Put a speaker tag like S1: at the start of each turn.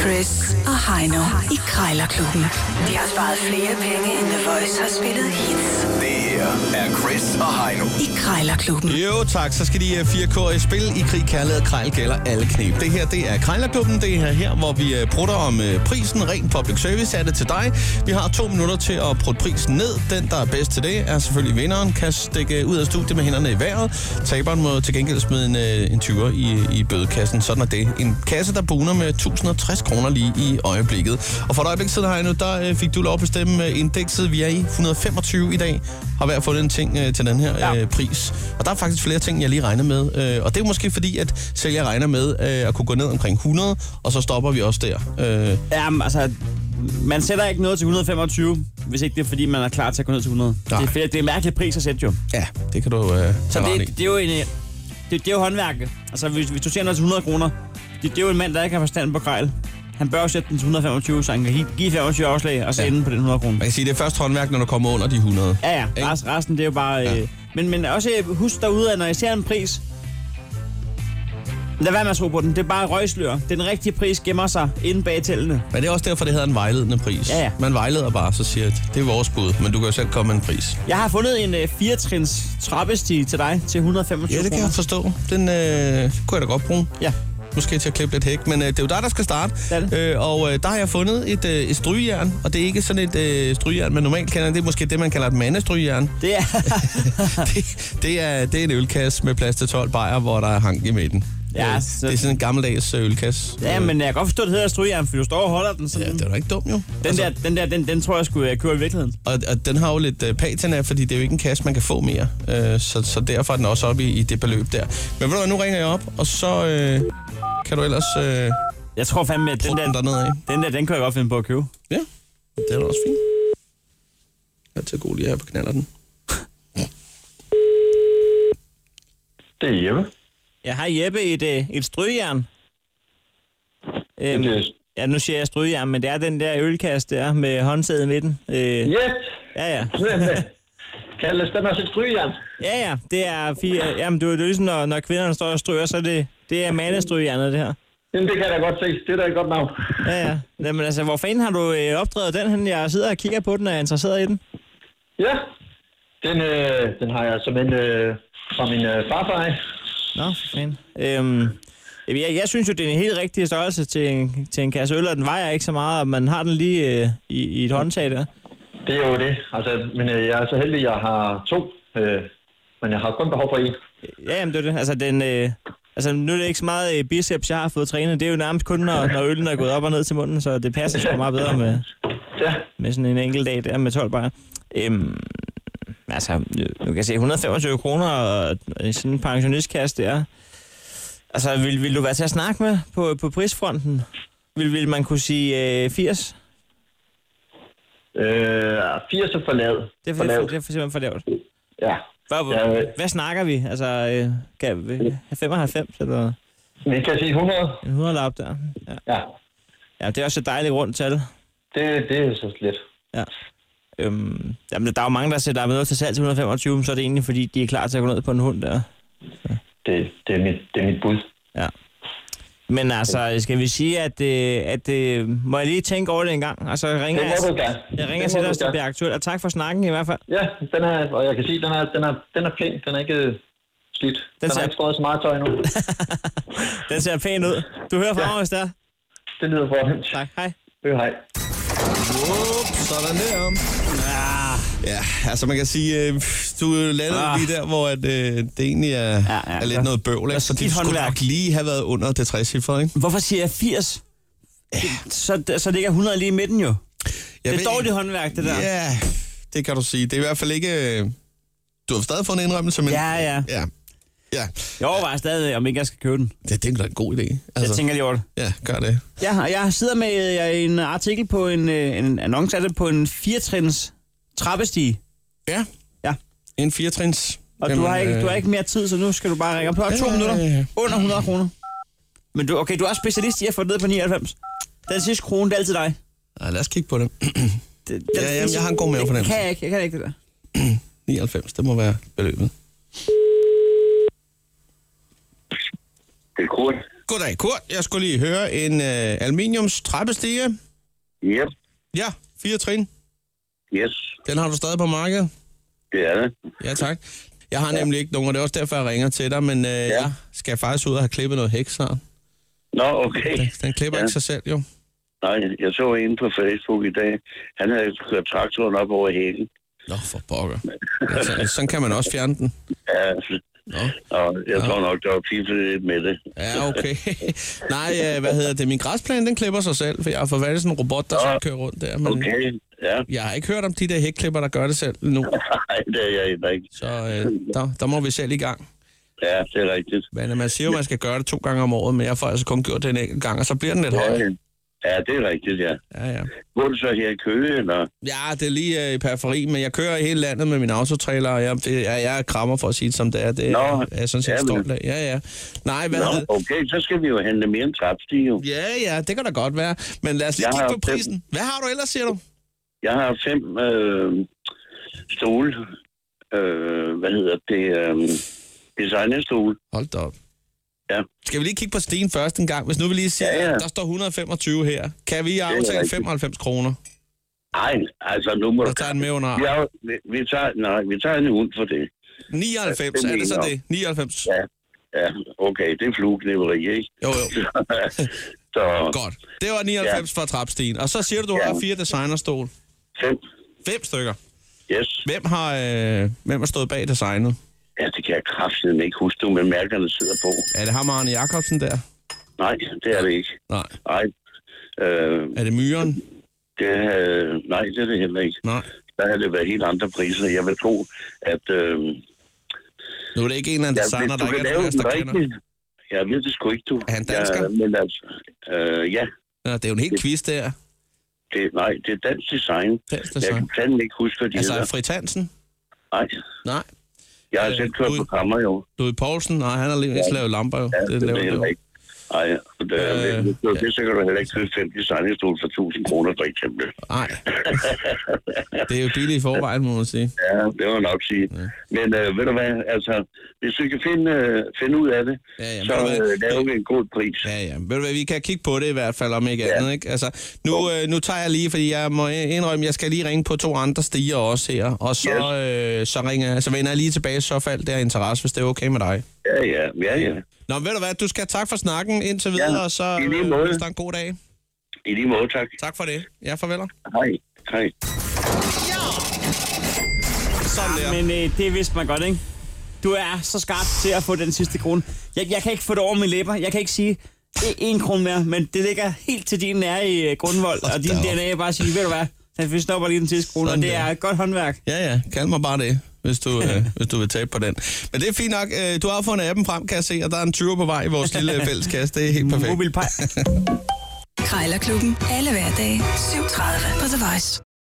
S1: Chris og Heino i Krejlerklubben. De har sparet flere penge, end The Voice har spillet hits
S2: Det her er Chris og Heino.
S1: i Krejlerklubben.
S3: Jo tak, så skal de øh, fire kår i spil. I krig, kærlighed og krejl gælder alle knep. Det her, det er Krejlerklubben. Det er her, hvor vi øh, prutter om øh, prisen. Ren public service er det til dig. Vi har to minutter til at prutte prisen ned. Den, der er bedst til det, er selvfølgelig vinderen. Kan stikke ud af studiet med hænderne i vejret. Taberen må til gengæld smide en, øh, en 20'er i, i bødekassen. Sådan er det. En kasse, der buner med 1060 kroner lige i øjeblikket. Og for et øjeblik siden, Heino, der øh, fik du lov at bestemme øh, indekset. Vi er i 125 i dag. Har hver fundet en ting øh, til den her ja. øh, pris. Og der er faktisk flere ting, jeg lige regner med. Øh, og det er måske fordi, at selv jeg regner med øh, at kunne gå ned omkring 100, og så stopper vi også der. Øh,
S4: Jamen, altså, man sætter ikke noget til 125, hvis ikke det er, fordi man er klar til at gå ned til 100.
S3: Nej.
S4: Det er, fedt, det er en mærkelig pris at sætte jo.
S3: ja, det kan du øh,
S4: Så
S3: have ret
S4: det,
S3: i.
S4: det, er jo en... øh, Det, det er jo håndværket. Altså, hvis, hvis du ser noget til 100 kroner, det, det er jo en mand, der ikke har forstand på grejl. Han bør jo sætte den til 125, så han kan gi- give 25 afslag og så
S3: Ja.
S4: ja. ende på den 100 kroner.
S3: Man kan sige, det er først håndværk, når du kommer under de 100.
S4: Ja, ja.
S3: Ikke?
S4: Rest, resten, det er jo bare...
S3: Ja.
S4: Ja. Øh, men, men også øh, husk derude, at når I ser en pris... Lad være med at tro på den. Det er bare røgslør. Den rigtige pris gemmer sig inde bag tællene.
S3: Men det er også derfor, det hedder en vejledende pris.
S4: Ja, ja.
S3: Man vejleder bare, så siger at det er vores bud, men du kan jo selv komme med en pris.
S4: Jeg har fundet en øh, firetrins trappestige til dig til 125
S3: Ja, det kan jeg
S4: kroner.
S3: forstå. Den øh, kunne jeg da godt bruge.
S4: Ja.
S3: Måske til at klippe lidt hæk, men øh, det er jo dig, der skal starte.
S4: Det er det.
S3: Øh, og øh, der har jeg fundet et, øh, et strygjern, og det er ikke sådan et øh, strygjern, man normalt kender. Det er måske det, man kalder et mandestrygjern.
S4: Det er...
S3: det, det, er, det er en ølkasse med plads til 12 bajer, hvor der er hank i midten.
S4: Ja,
S3: øh,
S4: så-
S3: Det er sådan en gammeldags øh, ølkasse.
S4: ja, men jeg kan godt forstå, at det hedder strygjern, for du står og holder den
S3: Ja,
S4: sådan.
S3: det er da ikke dumt, jo. Altså,
S4: den, der, den der, den, den tror jeg skulle jeg køre i virkeligheden.
S3: Og, og den har jo lidt øh, patina, fordi det er jo ikke en kasse, man kan få mere. Øh, så, så derfor er den også oppe i, i det beløb der. Men ved du hvad, nu ringer jeg op, og så øh, kan du ellers øh,
S4: Jeg tror fandme, at den
S3: bruge den
S4: der,
S3: dernede af.
S4: den der, den kan jeg godt finde på at købe.
S3: Ja, det er da også fint. Jeg er til god lige her på knaller den.
S5: Det er Jeppe.
S4: Jeg har Jeppe et, øh, et strygjern. Øhm,
S5: Det er,
S4: ja, nu siger jeg strygjern, men det er den der ølkasse der med håndsædet i midten. Øh,
S5: yes!
S4: ja, ja.
S5: Kaldes den også et strygjern?
S4: Ja, ja, det er fire. Jamen, det er, det er ligesom, når, når kvinderne står og stryger, så er det, det er mandestrygernet, det her.
S5: Jamen, det kan jeg da godt se. Det er da et godt navn.
S4: Ja, ja. Jamen, altså, hvor fanden har du øh, opdrevet den hen? Jeg sidder og kigger på den og er interesseret i den.
S5: Ja, den, øh, den har jeg simpelthen øh, fra min øh, farfar af.
S4: Nå, for fanden. Øhm, jeg, jeg synes jo, det er en helt rigtig størrelse til en, til en kasse øl, og den vejer ikke så meget, og man har den lige øh, i, i et håndtag der.
S5: Det er jo det. Altså, men øh, jeg er så heldig, at jeg har to. Øh, men jeg har kun behov for en.
S4: Ja, jamen, det er det. Altså, den, øh, altså, nu er det ikke så meget øh, biceps, jeg har fået trænet. Det er jo nærmest kun, når, når øllen er gået op og ned til munden, så det passer sgu meget bedre med,
S5: Ja,
S4: med sådan en enkelt dag der med 12 bajer. Øhm, altså, nu kan jeg se 125 kroner og sådan en pensionistkasse der. Altså, vil, vil du være til at snakke med på, på prisfronten? Vil, vil man kunne sige øh, 80?
S5: øh, 80 er for lavet.
S4: Det er, for, det, er,
S5: for
S4: for-
S5: lavt.
S4: det er for simpelthen for lavt.
S5: Ja.
S4: Hvad,
S5: Ja,
S4: ja,
S5: øh.
S4: hvad snakker vi? Altså, øh, kan vi have 95 eller
S5: Vi kan sige 100.
S4: en 100 lap der? Ja.
S5: Ja,
S4: ja, det er også et dejligt rundt tal.
S5: det, det er så lidt.
S4: Øhm, jamen, der er jo mange, der sætter noget til salg til 125, men så er det egentlig, fordi de er klar til at gå ned på en hund der.
S5: Det, det, er, mit, det er mit bud.
S4: Ja. Men altså, skal vi sige, at, øh, at øh, må jeg lige tænke over det en gang? Og så ringer
S5: Det
S4: jeg,
S5: må du gerne.
S4: jeg ringer
S5: Det
S4: til
S5: må
S4: dig,
S5: du
S4: hvis det
S5: gerne.
S4: bliver aktuelt. Og tak for snakken i hvert fald.
S5: Ja, den er, og jeg kan sige, den er, den er, den er pæn. Den er ikke øh, slidt. Den, den
S4: ser-
S5: har ikke skåret så meget tøj endnu.
S4: Den ser pæn ud. Du hører fra mig, hvis det er.
S5: det lyder fornemt.
S4: Tak, hej.
S5: Øh, hej.
S3: Sådan der. Ja, altså man kan sige, øh, du landede ah.
S4: Ah.
S3: lige der, hvor at, øh, det egentlig er, ja, ja,
S4: ja.
S3: er lidt noget bøvl. ikke? Så
S4: skidt
S3: det skulle
S4: håndværk.
S3: nok lige have været under det 60 cifre, ikke?
S4: Hvorfor siger jeg 80? Så, så ligger 100 lige i midten jo.
S3: Jeg
S4: det
S3: ved-
S4: er dårligt håndværk, det der.
S3: Ja, det kan du sige. Det er i hvert fald ikke... øh, Du har stadig fået en indrømmelse, men...
S4: Ja, ja.
S3: Ja, ja.
S4: Jeg overvejer stadig, om ikke jeg skal købe den.
S3: Det, det er da en god idé.
S4: Jeg
S3: Altså,
S4: tænker lige over det.
S3: ja, gør det.
S4: Jeg, har- jeg sidder med øh, en artikel på en, øh, en annonce af det på en firetrins trappestige.
S3: Ja,
S4: Ja.
S3: en firetrins. øh,
S4: Og du har, ikke, du har ikke mere tid, så nu skal du bare ringe op. Du har to
S3: Ja, ja,
S4: minutter.
S3: ja.
S4: Under 100 kroner. Men du, okay, du er specialist i at få det ned på 99. Den sidste krone, det er altid dig.
S3: Nej, lad os kigge på det.
S4: Det, den,
S3: Ja, jamen, jeg har en god
S4: det
S3: mavefornemmelse.
S4: kan jeg ikke. Jeg kan ikke det der.
S3: 99, det må være beløbet.
S6: Det er Kurt.
S3: Goddag, Kurt. Jeg skulle lige høre en øh, aluminiums trappestige.
S6: Yep.
S3: Ja, fire trin.
S6: Yes.
S3: Den har du stadig på markedet.
S6: Det er det.
S3: Ja, tak. Jeg har nemlig ikke nogen, og det er også derfor, jeg ringer til dig, men øh, ja. jeg skal faktisk ud og have klippet noget hæk snart.
S6: Nå, okay.
S3: Den, den klipper ja.
S6: Ja.
S3: ikke sig selv, jo.
S6: Nej, jeg så en på Facebook i dag. Han havde kørt traktoren op over hækken.
S3: Nå, for pokker. Ja, så, sådan kan man også fjerne den.
S6: Ja, altså,
S3: Nå.
S6: og jeg tror nok, der var piflet lidt med det.
S3: Ja, okay. Nej, øh, hvad hedder det? Min græsplæne, den klipper sig selv, for jeg har forvandlet sådan en robot, der skal køre rundt der. Men
S6: Okay, ja.
S3: jeg har ikke hørt om de der hækklipper, der gør det selv nu.
S6: Nej, det er jeg heller ikke.
S3: Så øh, der, der må vi selv i gang.
S6: Ja, det er rigtigt.
S3: Men øh, man siger jo, man skal gøre det to gange om året, men jeg får altså kun gjort det en enkelt gang, og så bliver den lidt højere.
S6: Ja, det er rigtigt, ja.
S3: Ja, ja.
S6: Bor du så her i Køge, eller?
S3: Ja, det er lige øh, i periferi, men jeg kører i hele landet med min autotrailer, og jeg, det, jeg, jeg krammer for at sige det, som det er. Det er,
S6: Nå,
S3: jeg er sådan set
S6: ja, men-
S3: stolt af. Ja, ja. Nej, hvad
S6: Nå,
S3: hedder-
S6: okay, så skal vi jo handle mere end trapstige. jo.
S3: Ja, ja, det kan da godt være. Men lad os lige
S6: Jeg
S3: kigge
S6: har
S3: på
S6: fem-
S3: prisen. Hvad har du ellers, siger du?
S6: Jeg har fem øh, stole. Øh, hvad hedder det? Øh, designerstole.
S3: Hold da op.
S6: Ja.
S3: Skal vi lige kigge på sten først en gang? Hvis nu vi lige siger,
S6: Ja, ja.
S3: der står 125 her. Kan vi aftale
S6: rigtigt.
S3: 95 kroner?
S6: Nej, altså nu må
S3: Der tager den med under armen.
S6: Ja, vi, vi, tager, nej, vi tager en hund for det.
S3: 99,
S6: Ja, det
S3: er det så
S6: mener jeg.
S3: det? 99?
S6: Ja. Ja, okay, det er flueknæveri, ikke?
S3: Jo, jo.
S6: Så
S3: Godt. Det var 99 for trapstien. Og så siger du, du har
S6: Ja.
S3: fire designerstol.
S6: fem.
S3: Fem stykker.
S6: Yes.
S3: Hvem har, øh, hvem har stået bag designet?
S6: Ja, det kan jeg kraftedeme ikke huske, men mærkerne sidder på.
S3: Er det ham og Arne Jacobsen der?
S6: Nej, det er det ikke.
S3: Nej.
S6: Nej. Øh,
S3: Er det myren?
S6: det, øh, nej, det er det heller ikke.
S3: Nej.
S6: Der har det været helt andre priser. Jeg vil tro, at... Øh,
S3: Nu er det ikke en eller anden
S6: Ja,
S3: designer,
S6: hvis du
S3: der ikke
S6: kan
S3: er
S6: lave
S3: nogen af os,
S6: den
S3: der kender.
S6: rigtige... Jeg ved det sgu ikke, du.
S3: Er han dansker?
S6: Ja, men altså, øh, ja.
S3: Nå, det er jo en helt quiz, det her.
S6: Det, nej, det er dansk design.
S3: Dansk
S6: Jeg
S3: design.
S6: kan fandme ikke huske, hvad de
S3: Altså,
S6: hedder.
S3: Fritz Hansen?
S6: Nej,
S3: Nej.
S6: jeg har
S3: øh,
S6: selv kørt
S3: Gud.
S6: på kammer, jo.
S3: Louis Poulsen? Nej, han har lige ja. lavet lamper, jo.
S6: Ja,
S3: det, det, laver
S6: er
S3: det,
S6: heller
S3: det,
S6: ikke. Nej, og det,
S3: Øh,
S6: øh, det, det, så kan du heller ikke købe fem designerstol for 1000 kroner, for eksempel.
S3: Nej. Det er jo billigt i forvejen, må man sige.
S6: Ja, det må jeg nok sige. Men øh, ved du hvad, altså, hvis vi kan finde, øh, finde ud af det,
S3: Ja, ja,
S6: så
S3: ved du hvad?
S6: øh, laver vi en god pris.
S3: Ja, ja. Ved du hvad, vi kan kigge på det i hvert fald, om ikke ja. andet, ikke? Altså, nu, øh, nu tager jeg lige, fordi jeg må indrømme, jeg skal lige ringe på to andre stiger også her, og så, øh, så, ringer, jeg- så vender jeg lige tilbage i så fald der interesse, hvis det er okay med dig.
S6: Ja, ja, ja, ja.
S3: Nå, men ved du hvad, du skal tak for snakken indtil videre, og så
S6: i
S3: øh,
S6: lige måde.
S3: ønsker dig en god dag.
S6: I lige måde, tak.
S3: Tak for det. Ja, farvel.
S6: Hej. Hej.
S3: Sådan der.
S4: Men øh, det vidste man godt, ikke? Du er så skarp til at få den sidste krone. Jeg, jeg kan ikke få det over mine læber. Jeg kan ikke sige "E- en krone mere, men det ligger helt til din nære i øh, grundvold. Og din
S3: da op.
S4: DNA er bare at sige, ved du hvad, at vi stopper lige den sidste krone, og
S3: Sådan
S4: det
S3: der.
S4: er et godt håndværk.
S3: Ja, ja. Kald mig bare det, hvis du, øh, hvis du vil tabe på den. Men det er fint nok. Øh, du har fundet appen frem, kan jeg se, og der er en 20 på vej i vores lille fælleskasse. Det er helt perfekt.
S4: Mobilpej.
S1: Krejlerklubben. Alle hverdage. 7.30 på The Voice.